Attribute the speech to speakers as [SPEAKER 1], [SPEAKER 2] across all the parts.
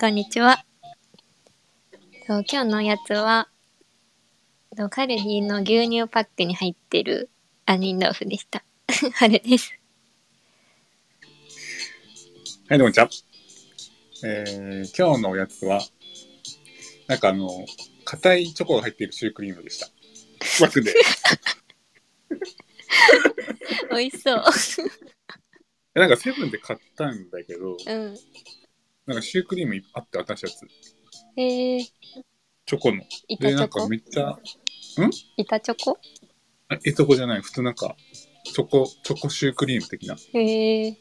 [SPEAKER 1] こんにちは。そう今日のやつは、とカルディの牛乳パックに入ってる杏仁豆腐でした。 あれです。
[SPEAKER 2] はい、どうもこんにちは。えー、今日のおやつは、なんかあの、硬いチョコが入っているシュークリームでした。枠 で。
[SPEAKER 1] 美味しそう。
[SPEAKER 2] なんかセブンで買ったんだけ
[SPEAKER 1] う
[SPEAKER 2] ど、
[SPEAKER 1] ん。
[SPEAKER 2] なんかシュークリームいっぱいあって、私やつ。
[SPEAKER 1] えー、
[SPEAKER 2] チョコの。
[SPEAKER 1] 板
[SPEAKER 2] で、
[SPEAKER 1] チ
[SPEAKER 2] なん
[SPEAKER 1] ョ
[SPEAKER 2] か
[SPEAKER 1] コ
[SPEAKER 2] めっちゃ、
[SPEAKER 1] 板チョコ
[SPEAKER 2] あえ、チョコじゃない、普通なんか、チョコ、チョコシュークリーム的な。
[SPEAKER 1] えー、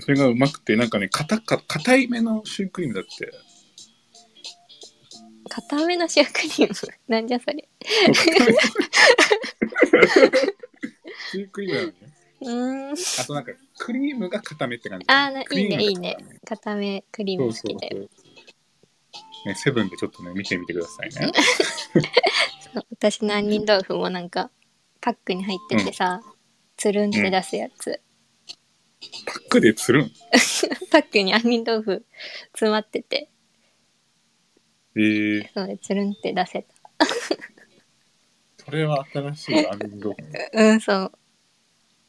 [SPEAKER 2] それがうまくて、なんかね、硬か、硬いめのシュークリームだって。
[SPEAKER 1] 固めのシュークリーム。 なんじゃそれ。
[SPEAKER 2] シュークリームなのね。
[SPEAKER 1] うーん。
[SPEAKER 2] あとなんか、クリームが固めって感じ。
[SPEAKER 1] あーない
[SPEAKER 2] クリームが
[SPEAKER 1] いねいいね固めクリー
[SPEAKER 2] そ
[SPEAKER 1] ム
[SPEAKER 2] う
[SPEAKER 1] 好
[SPEAKER 2] そう
[SPEAKER 1] きだよ。
[SPEAKER 2] そう。ね、セブンでちょっとね、見てみてください ね。
[SPEAKER 1] そう私の杏仁豆腐もなんか、パックに入っててさ、つるんって出すやつ。
[SPEAKER 2] パックでつるん。
[SPEAKER 1] パックに杏仁豆腐詰まってて
[SPEAKER 2] えー、
[SPEAKER 1] そうでつるんって出せ
[SPEAKER 2] それは新しいアンド。
[SPEAKER 1] たうんそう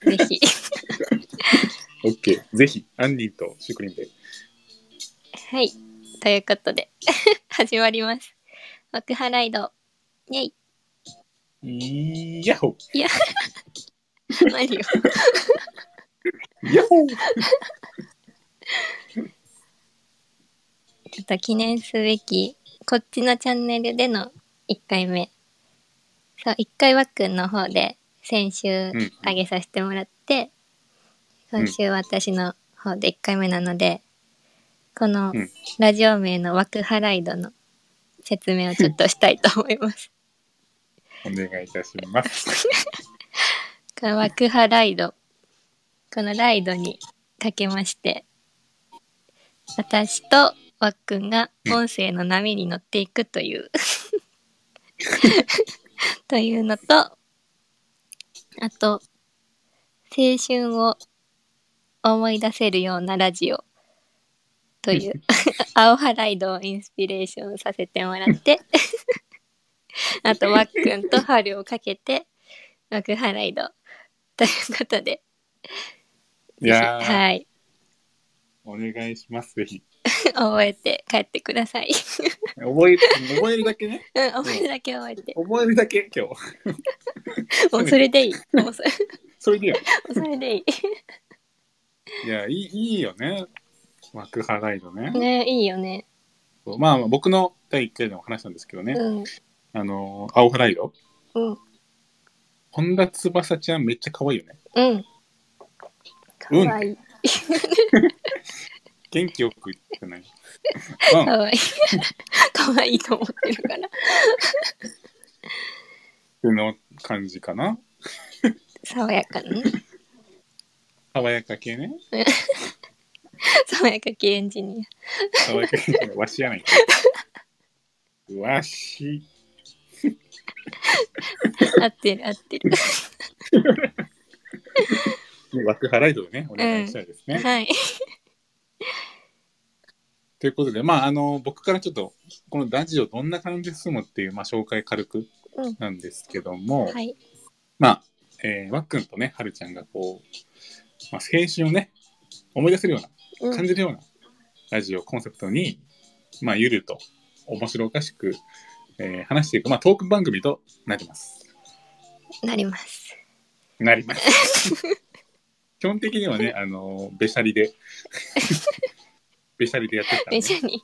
[SPEAKER 1] ぜ ひ
[SPEAKER 2] オッケー。ぜひ、アンディとシュークリームで。
[SPEAKER 1] はいということで 始まります幕張ライドイェイ
[SPEAKER 2] イヤッホ
[SPEAKER 1] マリ
[SPEAKER 2] ーイヤッホー
[SPEAKER 1] オちょっと記念すべきこっちのチャンネルでの1回目そう1回ワックンの方で先週
[SPEAKER 2] うん
[SPEAKER 1] 上げさせてもらって、
[SPEAKER 2] うん
[SPEAKER 1] 今週私の方で1回目なのでこの
[SPEAKER 2] うん
[SPEAKER 1] ラジオ名の枠ハライドの説明をちょっとしたいと思います。
[SPEAKER 2] お願いいたします。
[SPEAKER 1] この枠ハライドこのライドにかけまして私とわっくんが音声の波に乗っていくという というのとあと青春を思い出せるようなラジオという青ハライドをインスピレーションさせてもらってあとわっくんと春をかけて枠ハライドということで
[SPEAKER 2] いやー、
[SPEAKER 1] はい
[SPEAKER 2] お願いします。ぜひ。
[SPEAKER 1] 覚えて帰ってください。
[SPEAKER 2] 覚え、覚えるだけ ね。
[SPEAKER 1] うん、覚えるだけ覚え て。
[SPEAKER 2] 覚えるだけ、今日。
[SPEAKER 1] もうそれでいい。もうそれ
[SPEAKER 2] それでよ。
[SPEAKER 1] それでい
[SPEAKER 2] いや、いい、いいよね。幕張ライドね
[SPEAKER 1] い。。ねいいよね。
[SPEAKER 2] まあ、まあ僕の第1回でも話したんですけどね。
[SPEAKER 1] うん。
[SPEAKER 2] あのー、青ハライド。
[SPEAKER 1] うん。
[SPEAKER 2] 本田翼ちゃんめっちゃ可愛いよね。
[SPEAKER 1] うん。かわいい。
[SPEAKER 2] 元気よく言ってない。
[SPEAKER 1] かわいい。 かわいいと思ってるから。
[SPEAKER 2] うん、の感じかな。
[SPEAKER 1] 爽やかね。
[SPEAKER 2] 爽やか系ね。
[SPEAKER 1] 爽やか系エンジニ
[SPEAKER 2] 爽やか系。わしやないか。わし。
[SPEAKER 1] ア。合ってる合ってる。
[SPEAKER 2] 枠払いとね、お願いしたいですね。
[SPEAKER 1] はい。
[SPEAKER 2] ということで、まあ、あの、僕からちょっと、このラジオどんな感じで進むっていう、まあ、紹介軽く
[SPEAKER 1] うん
[SPEAKER 2] なんですけども、
[SPEAKER 1] はい。
[SPEAKER 2] まあ、えー、わっくんとね、はるちゃんがこう、まあ、青春をね、思い出せるような
[SPEAKER 1] うん
[SPEAKER 2] 感じるようなラジオコンセプトに、まあ、ゆると面白おかしく、えー話していく、まあ、トーク番組となります。
[SPEAKER 1] なります。
[SPEAKER 2] なります。 基本的にはね、あのべしゃりで、べしゃりでやってきたんで、
[SPEAKER 1] めちゃに。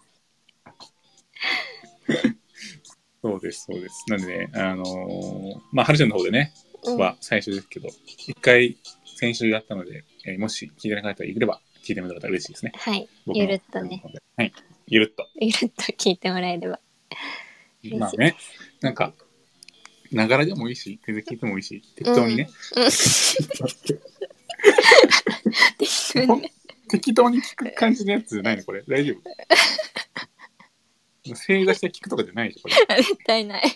[SPEAKER 2] そうです、そうです。なんでね、あのまあ、はるちゃんの方でね、
[SPEAKER 1] うん。
[SPEAKER 2] は最初ですけど、一回先週やったので、えーもし聞いてなかったらいければ、聞いてもらったら嬉しいですね。
[SPEAKER 1] はい。
[SPEAKER 2] 僕の
[SPEAKER 1] ゆるっとね。。
[SPEAKER 2] はい、ゆるっと。
[SPEAKER 1] ゆるっと聞いてもらえれば。
[SPEAKER 2] まあね、なんか、ながらでもいいし、全然聞いてもいいし、適当にね、
[SPEAKER 1] うん。適当にね。
[SPEAKER 2] 適当に聞く感じのやつじゃないの、これ。大丈 夫。正座して聞くとかじゃないでしょ、これ。
[SPEAKER 1] 絶対ない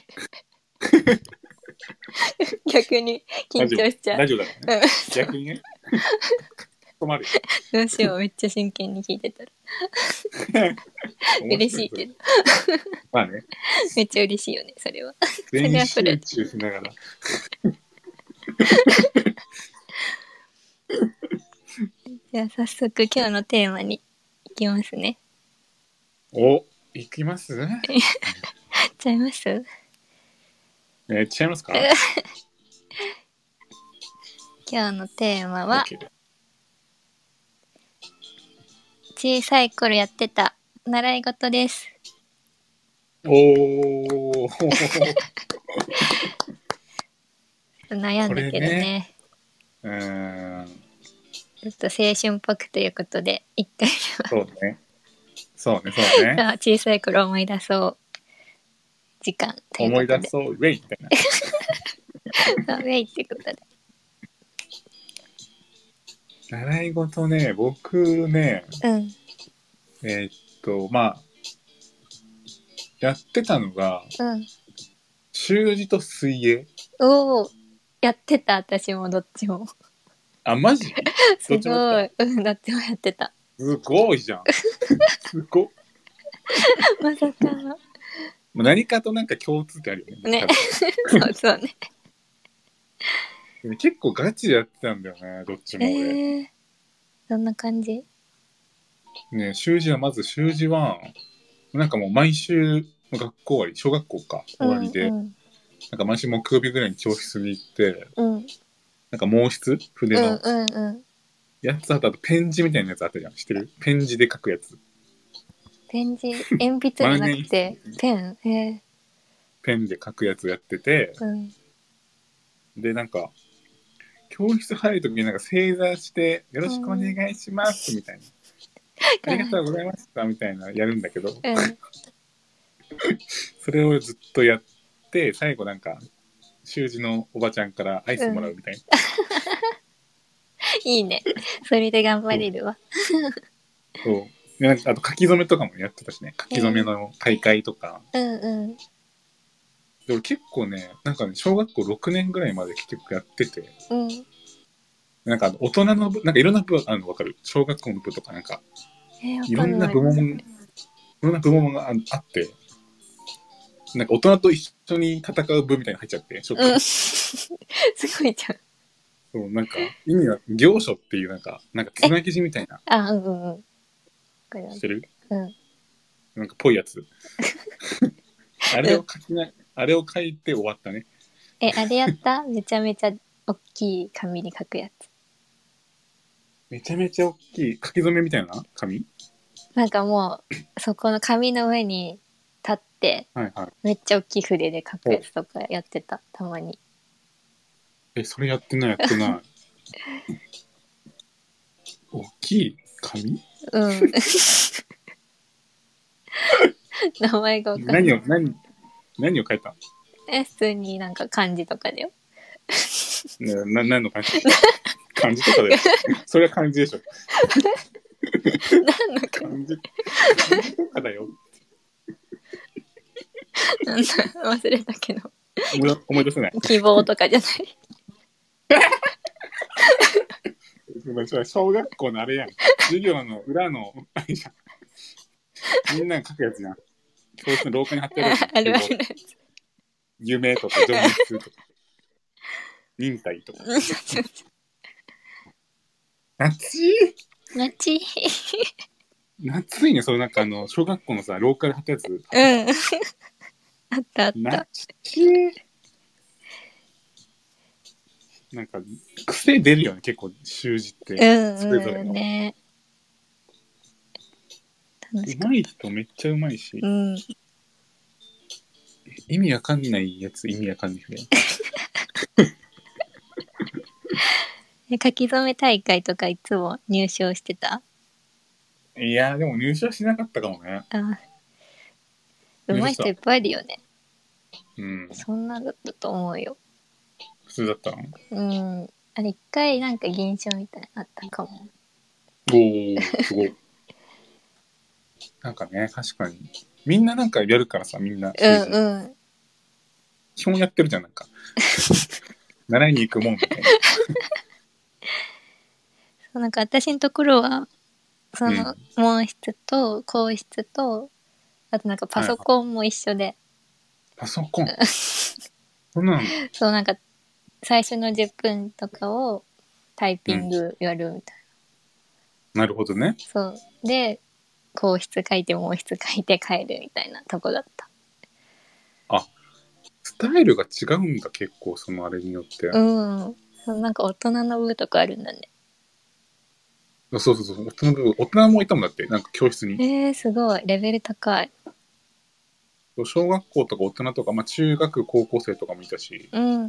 [SPEAKER 1] 逆に緊張しちゃう
[SPEAKER 2] ラジオだからね。逆にね。困るよ。
[SPEAKER 1] どうしよう、めっちゃ真剣に聞いてたら。 嬉しいけど。
[SPEAKER 2] まあね、
[SPEAKER 1] めっちゃ嬉しいよね、それは。れ
[SPEAKER 2] 全
[SPEAKER 1] はそれ
[SPEAKER 2] 集中しながら。
[SPEAKER 1] じゃあ早速今日のテーマに行きますね。
[SPEAKER 2] お、行 きます
[SPEAKER 1] 行っちゃいます
[SPEAKER 2] えー、行っちゃいますか
[SPEAKER 1] 今日のテーマは
[SPEAKER 2] OK
[SPEAKER 1] 小さい頃やってた習い事です。
[SPEAKER 2] おー。
[SPEAKER 1] 悩んだけど
[SPEAKER 2] これ
[SPEAKER 1] ね
[SPEAKER 2] うーん、
[SPEAKER 1] ちょっと青春っぽくということで一回
[SPEAKER 2] そうね。そうね、そうね。
[SPEAKER 1] は 小さい頃思い出そう時間というこ
[SPEAKER 2] 思
[SPEAKER 1] と
[SPEAKER 2] い
[SPEAKER 1] で
[SPEAKER 2] 出そう、ウェイみたい な。
[SPEAKER 1] ダメいってことで。
[SPEAKER 2] 習い事ね、僕ね、
[SPEAKER 1] うん。
[SPEAKER 2] えーっと、まあ、やってたのが、
[SPEAKER 1] うん。
[SPEAKER 2] 習字と水泳。
[SPEAKER 1] おお。やってた、私もどっち も。
[SPEAKER 2] あ、マジ
[SPEAKER 1] すご
[SPEAKER 2] どっちもや
[SPEAKER 1] い。うん、どっちもやってた。
[SPEAKER 2] すごいじゃん。すごっ。
[SPEAKER 1] まさか の。
[SPEAKER 2] もう何かとなんか共通点あるよね。
[SPEAKER 1] ねそうそうね。
[SPEAKER 2] 多分結構ガチでやってたんだよね、どっちも俺。
[SPEAKER 1] えー。どんな感じ
[SPEAKER 2] ね、習字はまず習字は、なんかもう毎週、学校終わり、小学校か、終わりで、
[SPEAKER 1] うん。
[SPEAKER 2] なんか毎週木曜日ぐらいに教室に行って、
[SPEAKER 1] うん。うん
[SPEAKER 2] なんか毛筆筆
[SPEAKER 1] う
[SPEAKER 2] の、
[SPEAKER 1] んうんうん。
[SPEAKER 2] やつあと、あとペン字みたいなやつあったじゃん。知ってるペン字で書くやつ。
[SPEAKER 1] ペン字、鉛筆じゃなくて、 ペン。え
[SPEAKER 2] ペンで書くやつやってて、
[SPEAKER 1] ー。うん。
[SPEAKER 2] で、なんか、教室入るときになんか正座して、よろしくお願いします、みたいな。ありがとうございました、みたいな、やるんだけど、
[SPEAKER 1] うん。
[SPEAKER 2] それをずっとやって、最後なんか、習字のおばちゃんからアイスもらうみたいな。
[SPEAKER 1] いいね。それで頑張れるわ。
[SPEAKER 2] そう。で、なんか、あと書き初めとかもやってたしね。書き初めの大会とか。
[SPEAKER 1] うんうん。
[SPEAKER 2] で、俺結構ね、なんかね、小学校6年ぐらいまで結局やってて、
[SPEAKER 1] うん。
[SPEAKER 2] なんかあの大人の部、なんかいろんな部あるの分かる小学校の部とかなんか、
[SPEAKER 1] えー、
[SPEAKER 2] い
[SPEAKER 1] わか
[SPEAKER 2] ろん
[SPEAKER 1] ん
[SPEAKER 2] な
[SPEAKER 1] ない。
[SPEAKER 2] 部門、いろんな部門がああって、なんか大人と一緒に戦う部みたいに入っちゃって、ちょっと、
[SPEAKER 1] うん。 すごいじゃん。
[SPEAKER 2] そうなんか意味が、行書っていうなんか、なんかつなぎ字みたいな、
[SPEAKER 1] あ、うんうんうん。これは
[SPEAKER 2] してる
[SPEAKER 1] うん。
[SPEAKER 2] なんかぽい やつ。あれを書きな、あれを書いて終わったね。
[SPEAKER 1] え、あれやっためちゃめちゃ大きい紙に書くやつ。
[SPEAKER 2] めちゃめちゃ大きい書き初めみたいな紙
[SPEAKER 1] なんかもう、そこの紙の上に立って、
[SPEAKER 2] はいはい。
[SPEAKER 1] めっちゃ大きい筆で書くやつとかやってた、たまに。
[SPEAKER 2] え、それやってない、やって ない。大きい紙
[SPEAKER 1] うん。名前がわかんない。
[SPEAKER 2] 何を、何、何を書いた
[SPEAKER 1] え、普通になんか漢字とかだよ。
[SPEAKER 2] ねな、何の漢 字漢字とかだよ。それは漢字でしょ。
[SPEAKER 1] 何のか、
[SPEAKER 2] 漢字。漢字とかだよ。
[SPEAKER 1] なんだ、忘れたけど。
[SPEAKER 2] 思い思い出せない。
[SPEAKER 1] 希望とかじゃない。
[SPEAKER 2] それ小学校のあれやん。授業の裏の、あれじゃん。みんなが書くやつじゃん。教室の廊下に貼ってあるやつ。
[SPEAKER 1] ある ある。
[SPEAKER 2] 夢とか情熱とか。忍耐とか。夏い
[SPEAKER 1] なち。
[SPEAKER 2] 夏いね、そのなんかあの、小学校のさ、廊下で貼ったやつ。
[SPEAKER 1] うん。あったあった。
[SPEAKER 2] 夏いなんか、癖出るよね、結構、習字って。
[SPEAKER 1] うん
[SPEAKER 2] それぞれ
[SPEAKER 1] う
[SPEAKER 2] の
[SPEAKER 1] んね。楽し
[SPEAKER 2] う
[SPEAKER 1] か
[SPEAKER 2] まい人めっちゃうまいし
[SPEAKER 1] う、ん。
[SPEAKER 2] 意味わかんないやつ意味わかんないよね。
[SPEAKER 1] え書き初め大会とかいつも入賞してた
[SPEAKER 2] いやーでも入賞しなかったかもね。
[SPEAKER 1] あうまい人いっぱいいるよね。
[SPEAKER 2] うん。
[SPEAKER 1] そんなだったと思うよ。
[SPEAKER 2] 普通だったの
[SPEAKER 1] うん。あれ一回なんか銀賞みたいなのあったかも。
[SPEAKER 2] おー、すごい。なんかね、確かに。みんななんかやるからさ、みんな。
[SPEAKER 1] うんうん。
[SPEAKER 2] 基本やってるじゃん、なんか。習いに行くもんみたいな。
[SPEAKER 1] そそうなんか私のところは、その
[SPEAKER 2] う、
[SPEAKER 1] 毛筆と、硬筆と、あとなんかパソコンも一緒で、
[SPEAKER 2] パソ コン。そんなの、
[SPEAKER 1] そうなんか、最初の10分とかをタイピングやるみたい
[SPEAKER 2] なるほどね。
[SPEAKER 1] な。そう。で、硬筆書いて、毛筆書いて帰るみたいなとこだった。
[SPEAKER 2] スタイルが違うんだ、結構、そのあれによって。
[SPEAKER 1] うん。そうなんか大人の部とかあるんだね。
[SPEAKER 2] そうそうそう。大人の大人もいたもんだって、なんか教室に。
[SPEAKER 1] えー、すごい。レベル高い。
[SPEAKER 2] 小学校とか大人とか、まあ中学、高校生とかもいたし、
[SPEAKER 1] うん。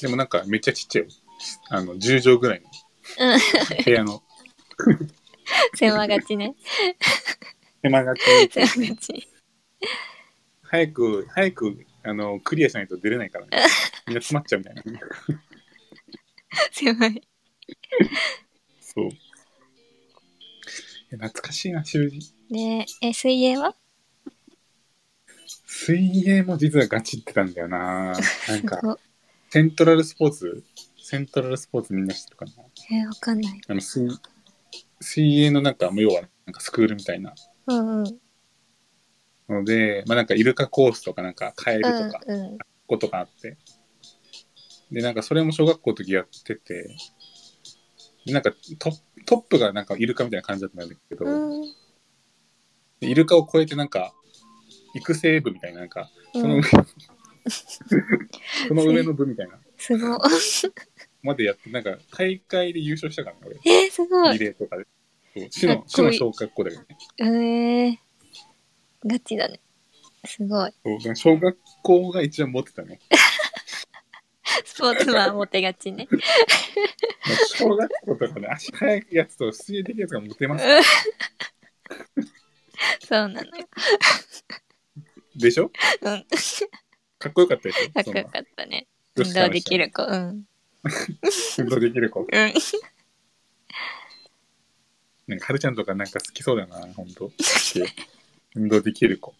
[SPEAKER 2] でもなんかめっちゃちっちゃい。あの、10畳ぐらいの
[SPEAKER 1] うん。
[SPEAKER 2] 部屋の
[SPEAKER 1] 狭が ちね。
[SPEAKER 2] 狭がち。
[SPEAKER 1] 狭がち。
[SPEAKER 2] 早く、早く、あの、クリアしないと出れないから、ね、みんな詰まっちゃうみたいな。
[SPEAKER 1] 狭い。
[SPEAKER 2] そう。いや懐かしいな、習字。
[SPEAKER 1] ねえ、え水泳は
[SPEAKER 2] 水泳も実はガチってたんだよな。なん
[SPEAKER 1] す
[SPEAKER 2] か、
[SPEAKER 1] ごい。
[SPEAKER 2] セントラルスポーツ、セントラルスポーツみんな知ってるかな。
[SPEAKER 1] えー、わかんない。
[SPEAKER 2] あの、水水泳のなんか、要はなんかスクールみたいな
[SPEAKER 1] うんうん。
[SPEAKER 2] ので、まあなんかイルカコースとかなんかカエルとか、
[SPEAKER 1] うんうん。
[SPEAKER 2] ことがあって。で、なんかそれも小学校の時やってて、でなんかトトップがなんかイルカみたいな感じだったんだけど、
[SPEAKER 1] うん
[SPEAKER 2] でイルカを超えてなんか育成部みたいな、なんかその
[SPEAKER 1] う
[SPEAKER 2] 上、
[SPEAKER 1] ん
[SPEAKER 2] その上の部みたいな、
[SPEAKER 1] すごい。
[SPEAKER 2] までやって、なんか大会で優勝したからね、
[SPEAKER 1] えー、すご
[SPEAKER 2] 俺、リ
[SPEAKER 1] い。
[SPEAKER 2] レーとかで。そう市の
[SPEAKER 1] かっ
[SPEAKER 2] 市
[SPEAKER 1] こ
[SPEAKER 2] の
[SPEAKER 1] いい
[SPEAKER 2] 小学校だけどね。
[SPEAKER 1] えー、ガチだね。すごい。
[SPEAKER 2] そうだから小学校が一番持ってたね。
[SPEAKER 1] スポーツマンモテがちね。
[SPEAKER 2] なんか小学校とかね、 足速いやつと水泳できるやつが持てます。
[SPEAKER 1] そうなのよ。
[SPEAKER 2] でしょ
[SPEAKER 1] うん。
[SPEAKER 2] かっこよかったでしょ
[SPEAKER 1] かっこ
[SPEAKER 2] そんな
[SPEAKER 1] よかったね。
[SPEAKER 2] 女
[SPEAKER 1] 運
[SPEAKER 2] 子から
[SPEAKER 1] 動できる子。うん。
[SPEAKER 2] 運動できる子。
[SPEAKER 1] うん。
[SPEAKER 2] なんか、はるちゃんとかなんか好きそうだな、ほん と。運動できる子。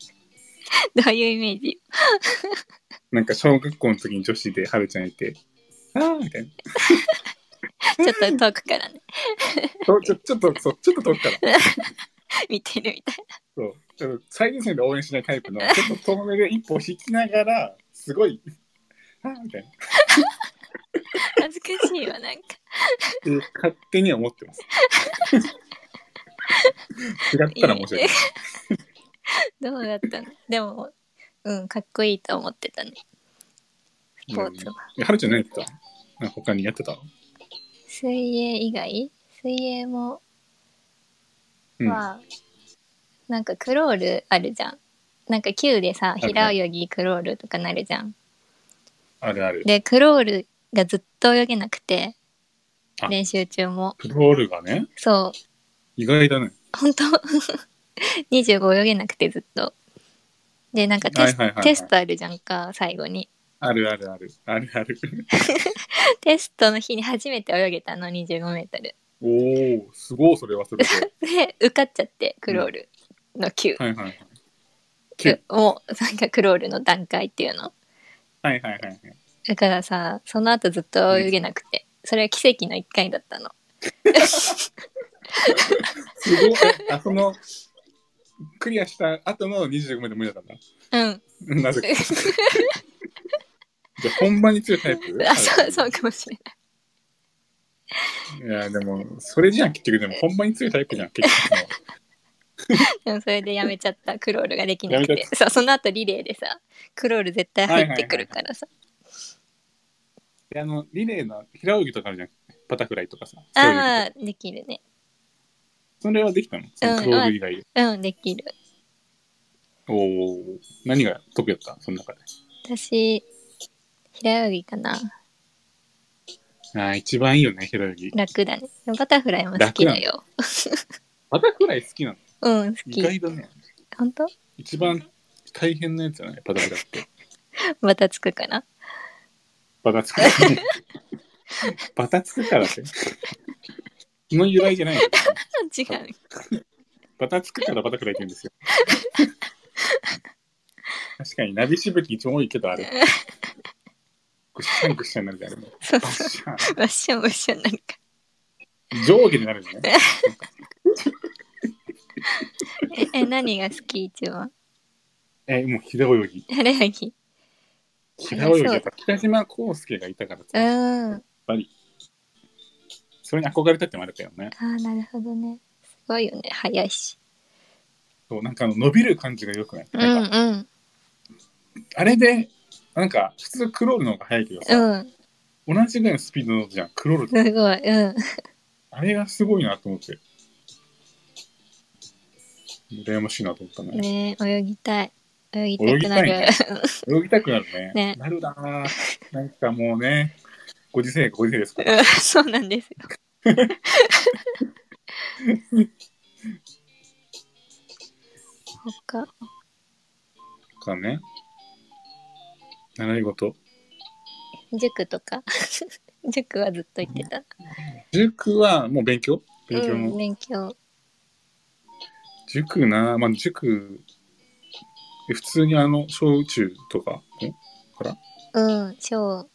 [SPEAKER 1] どういうイメージ
[SPEAKER 2] なんか、小学校の時に女子ではるちゃんいて、あーみたいな。
[SPEAKER 1] ちょっと遠くからね。
[SPEAKER 2] そうちょちょっと、そう、ちょっと遠くから。
[SPEAKER 1] 見てるみたい
[SPEAKER 2] そう。ちょっと最前線で応援しないタイプの、ちょっと遠目で一歩引きながら、すごい、あーみたいな。
[SPEAKER 1] な。恥ずかしいわ、なんか。
[SPEAKER 2] って勝手には思ってます。違ったら面白い。
[SPEAKER 1] どうだったのでも、うん、かっこいいと思ってたね。スポーツマン。
[SPEAKER 2] えはるちゃん何やってたなんか他にやってたの
[SPEAKER 1] 水泳以外水泳も、
[SPEAKER 2] うん。
[SPEAKER 1] まあ、なんかクロールあるじゃん。なんか球でさ、
[SPEAKER 2] ね
[SPEAKER 1] 平泳ぎクロールとかなるじゃん。
[SPEAKER 2] あるある。
[SPEAKER 1] で、クロールがずっと泳げなくて
[SPEAKER 2] あ、
[SPEAKER 1] 練習中も。
[SPEAKER 2] プロールがね、
[SPEAKER 1] そ
[SPEAKER 2] 意外だね。
[SPEAKER 1] う、本当 25泳げなくてずっと。で、なんかテス,、
[SPEAKER 2] はいはいはいはい
[SPEAKER 1] テストあるじゃんか、最後に。
[SPEAKER 2] あるあるある。あるある。
[SPEAKER 1] テストの日に初めて泳げたの、25メートル。
[SPEAKER 2] おお、すごい、それは それで。
[SPEAKER 1] で、受かっちゃって、クロールの球。
[SPEAKER 2] はいはいはい。球
[SPEAKER 1] もう、なんかクロールの段階っていうの。
[SPEAKER 2] はいはいはいはい。
[SPEAKER 1] だからさその後ずっと泳げなくて、それは奇跡の一回だったの
[SPEAKER 2] すごい。あ、その、クリアした後の25名で無理だったん
[SPEAKER 1] うん
[SPEAKER 2] だ。なぜか。じゃあ、本番に強いタイプ
[SPEAKER 1] あそうそうかもしれない
[SPEAKER 2] いや、でも、それじゃん、結局。でも、本番に強いタイプじゃん、結局。
[SPEAKER 1] でもそれでやめちゃったクロールができなく
[SPEAKER 2] やめちゃ
[SPEAKER 1] てそうその後リレーでさクロール絶対入ってくるからさ、
[SPEAKER 2] であの、リレーの平泳ぎとかあるじゃん。バタフライとかさ。
[SPEAKER 1] ああできるね
[SPEAKER 2] そういうのとかそれはできたのそのクロール以外で。
[SPEAKER 1] うんできる
[SPEAKER 2] おお。何が得意だったその中で。
[SPEAKER 1] 私平泳ぎかな
[SPEAKER 2] ああ、一番いいよね、平泳ぎ。
[SPEAKER 1] 楽だねバタフライも好きだよ
[SPEAKER 2] バタフライ好きなの
[SPEAKER 1] うん好
[SPEAKER 2] 意
[SPEAKER 1] き
[SPEAKER 2] 外だね。
[SPEAKER 1] 本当
[SPEAKER 2] 一番大変なやつじゃないバタフライって。
[SPEAKER 1] またつくかな
[SPEAKER 2] バタつ くからね。バタつくからって。その由来じゃないよ
[SPEAKER 1] 違う
[SPEAKER 2] バタつくからバタフライって言うんですよ。確かに、ナビしぶき一番多いけど、あれ。ぐっしゃんぐっしゃんになるじゃん。あれも
[SPEAKER 1] そう
[SPEAKER 2] バッ
[SPEAKER 1] そう
[SPEAKER 2] シャン
[SPEAKER 1] わっしょんわっしょんなんか
[SPEAKER 2] 上下になるのね。
[SPEAKER 1] え、え何が好き一番
[SPEAKER 2] え、もう平泳ぎ。
[SPEAKER 1] あれやき。
[SPEAKER 2] 平泳ぎやっぱ北島康介がいたからさ、
[SPEAKER 1] う
[SPEAKER 2] やっ
[SPEAKER 1] ん。あ
[SPEAKER 2] ぱり、それに憧れたってのもあるけどね。
[SPEAKER 1] あ、なるほどね。すごいよね。早いし。
[SPEAKER 2] そう、なんかあの伸びる感じが良くない。
[SPEAKER 1] う
[SPEAKER 2] なん
[SPEAKER 1] ん
[SPEAKER 2] か
[SPEAKER 1] うん。
[SPEAKER 2] あれで、なんか普通クロールの方が速いけどさ、
[SPEAKER 1] うん。
[SPEAKER 2] 同じぐらいのスピードのじゃん、クロールと。
[SPEAKER 1] すごい。うん。
[SPEAKER 2] あれがすごいなと思って。羨ましいなと思った
[SPEAKER 1] ね
[SPEAKER 2] ね。
[SPEAKER 1] 泳ぎたい。泳ぎ
[SPEAKER 2] 泳
[SPEAKER 1] た
[SPEAKER 2] ぎ
[SPEAKER 1] くな
[SPEAKER 2] たい
[SPEAKER 1] る。
[SPEAKER 2] ね泳ぎたくなるね。
[SPEAKER 1] ね
[SPEAKER 2] なるだな。なんかもうね、ご時世がご時世ですから。
[SPEAKER 1] うん そうなんです よ。他、
[SPEAKER 2] からね。習い事。
[SPEAKER 1] 塾とか 塾はずっと行ってた。
[SPEAKER 2] 塾はもう勉強勉強
[SPEAKER 1] う
[SPEAKER 2] の。
[SPEAKER 1] ん、勉強。
[SPEAKER 2] 塾な、まあ塾、え普通にあの、小宇宙とかんから
[SPEAKER 1] うん、小、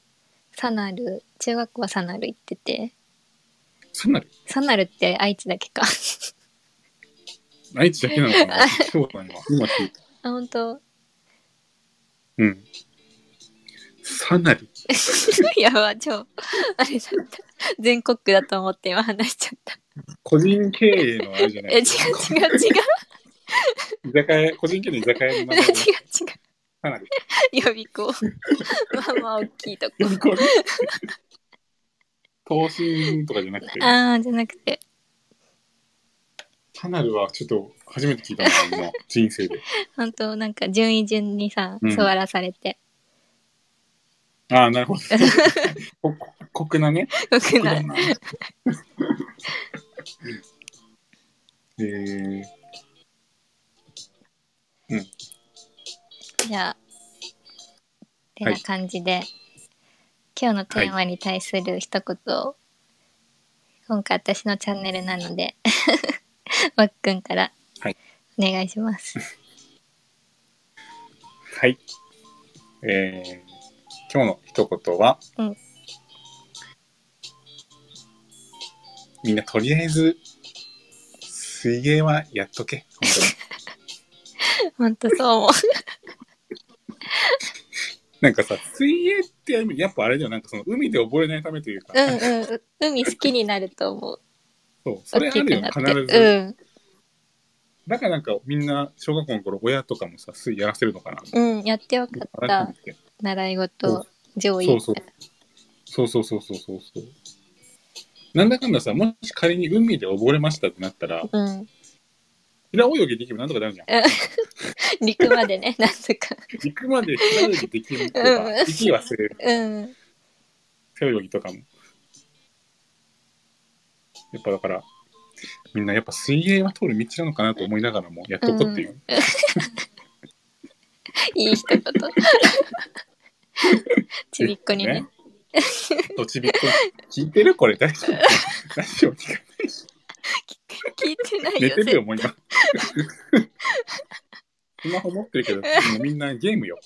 [SPEAKER 1] サナル、中学校はサナル行ってて。
[SPEAKER 2] そんな、
[SPEAKER 1] サナルって愛知だけか。
[SPEAKER 2] 愛知だけなのかなそうだ今。今聞いた。
[SPEAKER 1] あ、本当
[SPEAKER 2] うん。さなり。
[SPEAKER 1] やば、超、 あれだった。全国区だと思って今話しちゃった。
[SPEAKER 2] 個人経営のあれじゃない。
[SPEAKER 1] え、違う違う違う。
[SPEAKER 2] 居酒屋、個人経営の居酒屋の 名
[SPEAKER 1] 違う
[SPEAKER 2] 前
[SPEAKER 1] 違
[SPEAKER 2] が
[SPEAKER 1] う。
[SPEAKER 2] さなり。
[SPEAKER 1] 予備校。まあまあ大きいとこ。
[SPEAKER 2] 投資とかじゃなくて、
[SPEAKER 1] ああ、じゃなくて。
[SPEAKER 2] サナルはちょっと初めて聞いたの、今、人生で。
[SPEAKER 1] 本当なんか順位順にさ、
[SPEAKER 2] うん
[SPEAKER 1] 座らされて、
[SPEAKER 2] ああ、なるほど。ここ酷なね。
[SPEAKER 1] 僕
[SPEAKER 2] 酷
[SPEAKER 1] な
[SPEAKER 2] だな。えー、
[SPEAKER 1] じゃあて
[SPEAKER 2] はい
[SPEAKER 1] な感じで、今日のテーマに対する一言を、今回私のチャンネルなので わっくんから
[SPEAKER 2] はい
[SPEAKER 1] お願いします、
[SPEAKER 2] はい。えー、今日の一言は、
[SPEAKER 1] うん
[SPEAKER 2] みんなとりあえず、水泳はやっとけ。本当に。
[SPEAKER 1] ほんとそう思う
[SPEAKER 2] なんかさ、水泳ってやっぱあれだよ、なんかその海で溺れないためというか、
[SPEAKER 1] うんうん海好きになると思う
[SPEAKER 2] そう、それ
[SPEAKER 1] 大
[SPEAKER 2] あ
[SPEAKER 1] き
[SPEAKER 2] る
[SPEAKER 1] く
[SPEAKER 2] よ
[SPEAKER 1] な
[SPEAKER 2] ね、
[SPEAKER 1] って
[SPEAKER 2] 必ず。だからなんかみんな小学校の頃親とかもさ、水泳やらせるのかな。
[SPEAKER 1] うんうんやってよかっ
[SPEAKER 2] 改
[SPEAKER 1] た
[SPEAKER 2] めて
[SPEAKER 1] 習い事上位
[SPEAKER 2] そうそう。そうそうそうそうそうそう。なんだかんださ、もし仮に海で溺れましたってなったら、
[SPEAKER 1] うん
[SPEAKER 2] 平泳ぎできればなんとかなるじゃん。
[SPEAKER 1] 陸までね なんとか
[SPEAKER 2] 行くまで平泳ぎできるっていう
[SPEAKER 1] う
[SPEAKER 2] か
[SPEAKER 1] ん、
[SPEAKER 2] 息忘れる。
[SPEAKER 1] うん
[SPEAKER 2] 背泳ぎとかも。やっぱだから、みんなやっぱ水泳は通る道なのかなと思いながらも、やっとこうっていう。
[SPEAKER 1] いい一 言。ちびっこにね。。
[SPEAKER 2] とちびっこに。聞いてるこれ大丈夫ラジオ聞かないし。
[SPEAKER 1] 聞いてない
[SPEAKER 2] 寝
[SPEAKER 1] よ。
[SPEAKER 2] てるよ、も う今。スマホ持ってるけど、もうみんなゲームよ。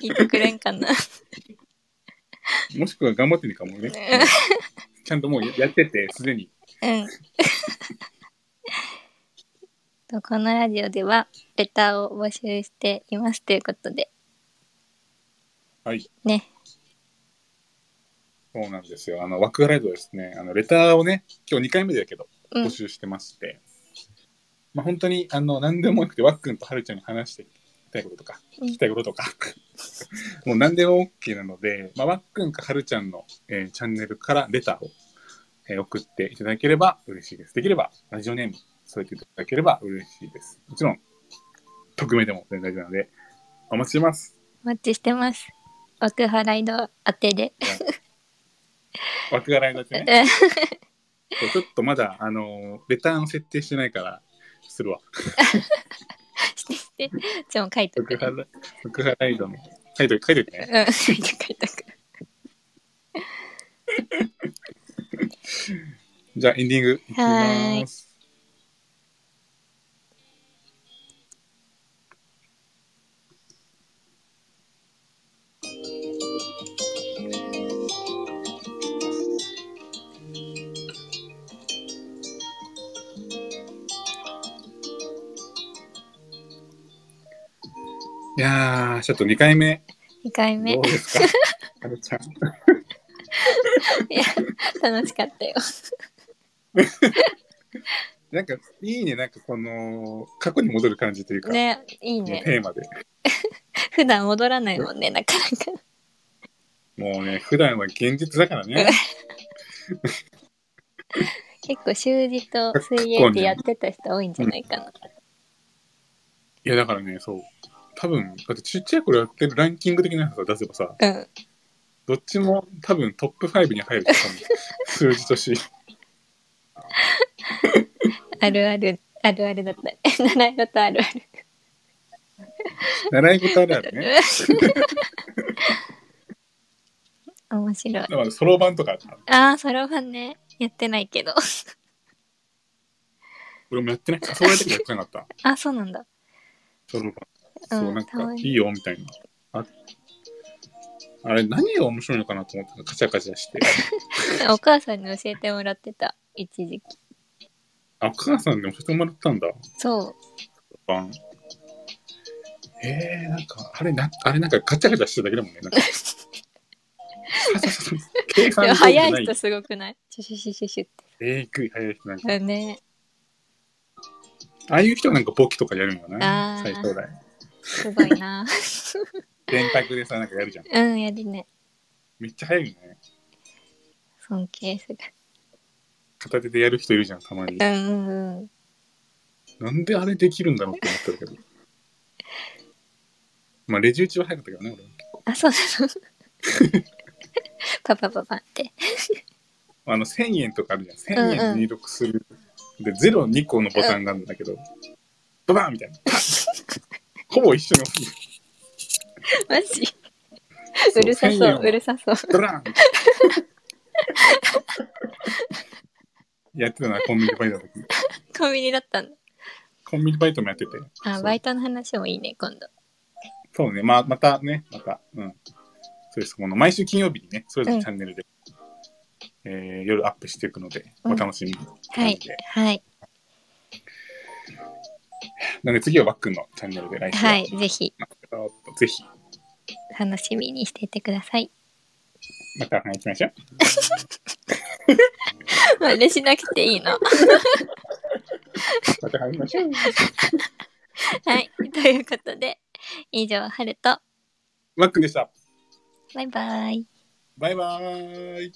[SPEAKER 1] 聞いてくれんか な。
[SPEAKER 2] もしくは頑張ってるか もね。ちゃんともうやってて、すでに。
[SPEAKER 1] うん。 とこのラジオでは、レターを募集していますということで、
[SPEAKER 2] はい。
[SPEAKER 1] ね。
[SPEAKER 2] そうなんですよ。あの、ワクワライドですね。あの、レターをね、今日2回目だけど、
[SPEAKER 1] うん
[SPEAKER 2] 募集してまして。まあ、本当に、あの、何でもよくて、ワックンとハルちゃんに話していきたいこととか、
[SPEAKER 1] うん
[SPEAKER 2] 聞きたいこととか、 もう何でも OK なので、まあ、ワックンかハルちゃんの、えーチャンネルからレターを、えー送っていただければ嬉しいです。できれば、ラジオネーム添えていただければ嬉しいです。もちろん、匿名でも全然大丈夫なので、お待ちしてます。
[SPEAKER 1] お待ちしてます。奥原ライド宛てで。
[SPEAKER 2] 枠がライドってね。
[SPEAKER 1] え
[SPEAKER 2] そうちょっとまだ、あのーレターの設定してないから、するわ。
[SPEAKER 1] してして。ちょ、もう書いとく
[SPEAKER 2] 福
[SPEAKER 1] ね。うん、
[SPEAKER 2] 原、福原ライドの。書いといて、書いといてね。
[SPEAKER 1] 書いとく、書いとく。
[SPEAKER 2] じゃあ、エンディングいきます。いやー、ちょっと2回目、
[SPEAKER 1] 2回目
[SPEAKER 2] どうですかはるちゃん。
[SPEAKER 1] 楽しかったよ。
[SPEAKER 2] なんか、いいね、なんかこの、過去に戻る感じというか、
[SPEAKER 1] ね、いい
[SPEAKER 2] もう
[SPEAKER 1] ね。
[SPEAKER 2] テーマで。
[SPEAKER 1] 普段踊らないもんね、なかなか。
[SPEAKER 2] もうね、普段は現実だから ね。
[SPEAKER 1] 結構習字と水泳ってやってた人多いんじゃないかな。
[SPEAKER 2] いや、だからね、そう。多分、だってちっちゃい頃やってるランキング的なやつを出せばさ、
[SPEAKER 1] うん。
[SPEAKER 2] どっちも多分トップ5に入ると思う数字とし。
[SPEAKER 1] あるある、あるあるだった ね。習い事あるある。
[SPEAKER 2] 習い事あるあるね。
[SPEAKER 1] 面白い。
[SPEAKER 2] だから、そろばんとか、
[SPEAKER 1] ああ、そろばんね。やってないけど。
[SPEAKER 2] 俺もやってない。誘われた時やってなかった。
[SPEAKER 1] あ、そうなんだ。
[SPEAKER 2] そろばん。そうう、
[SPEAKER 1] ん
[SPEAKER 2] なんか
[SPEAKER 1] たま、に
[SPEAKER 2] いいよ、みたいな。ああれ、何が面白いのかなと思ったら、カチャカチャして。
[SPEAKER 1] お母さんに教えてもらってた。一時期。
[SPEAKER 2] あ、お母さんでも教えてもらったんだ。
[SPEAKER 1] そう。
[SPEAKER 2] バン。えー、なんか、あれ、なあれなんかガチャガチャしてるだけだもんね。な んか
[SPEAKER 1] でも早
[SPEAKER 2] 計算通りじゃ
[SPEAKER 1] い
[SPEAKER 2] ない
[SPEAKER 1] 人。すごくないシュシュシュシュシュっ
[SPEAKER 2] えー、くい、早い人なんか。
[SPEAKER 1] て。ね。
[SPEAKER 2] ああいう人はなんか簿記とかやるんよ
[SPEAKER 1] あ
[SPEAKER 2] な。
[SPEAKER 1] ー
[SPEAKER 2] 最初代。
[SPEAKER 1] すごいな。
[SPEAKER 2] 電卓でさ、なんかやるじゃん。
[SPEAKER 1] うん、やるね。
[SPEAKER 2] めっちゃ早いよね。
[SPEAKER 1] 尊敬する。
[SPEAKER 2] 片手でやる人いるじゃん、たまに
[SPEAKER 1] う。んうんうん。
[SPEAKER 2] なんであれできるんだろうって思ったけど。まあ、レジ打ちは早かったけどね、俺は。
[SPEAKER 1] あ、そうなのパパパパって。
[SPEAKER 2] あの、1000円とかあるじゃん。
[SPEAKER 1] うんうん
[SPEAKER 2] 1000円入力する。で、ゼロ2個のボタンがあるんだけど、ババーンみたいな。ほぼ一緒の。
[SPEAKER 1] マジうるさそう、うるさそう。
[SPEAKER 2] ドラーンやってたな、コンビニバイトの時。
[SPEAKER 1] コンビニだったんだ。
[SPEAKER 2] コンビニバイトもやってて。そ
[SPEAKER 1] あ、
[SPEAKER 2] う
[SPEAKER 1] バイトの話もいいね、今度。
[SPEAKER 2] そうね、まあ、またね、また。うん。そうです、この毎週金曜日にね、それぞれチャンネルで、えー夜アップしていくので、お楽しみに、
[SPEAKER 1] はい。はい。
[SPEAKER 2] なんで次はバックンのチャンネルで来週は
[SPEAKER 1] はい。ぜひ、
[SPEAKER 2] ぜひ、
[SPEAKER 1] 楽しみにしていてくださ い。
[SPEAKER 2] また話しましょう。
[SPEAKER 1] まあ、れしなくていいの。は
[SPEAKER 2] また話しましょう。
[SPEAKER 1] い。ということで、以上、はると、
[SPEAKER 2] マックでした。
[SPEAKER 1] バイバイ。
[SPEAKER 2] バイバーイ。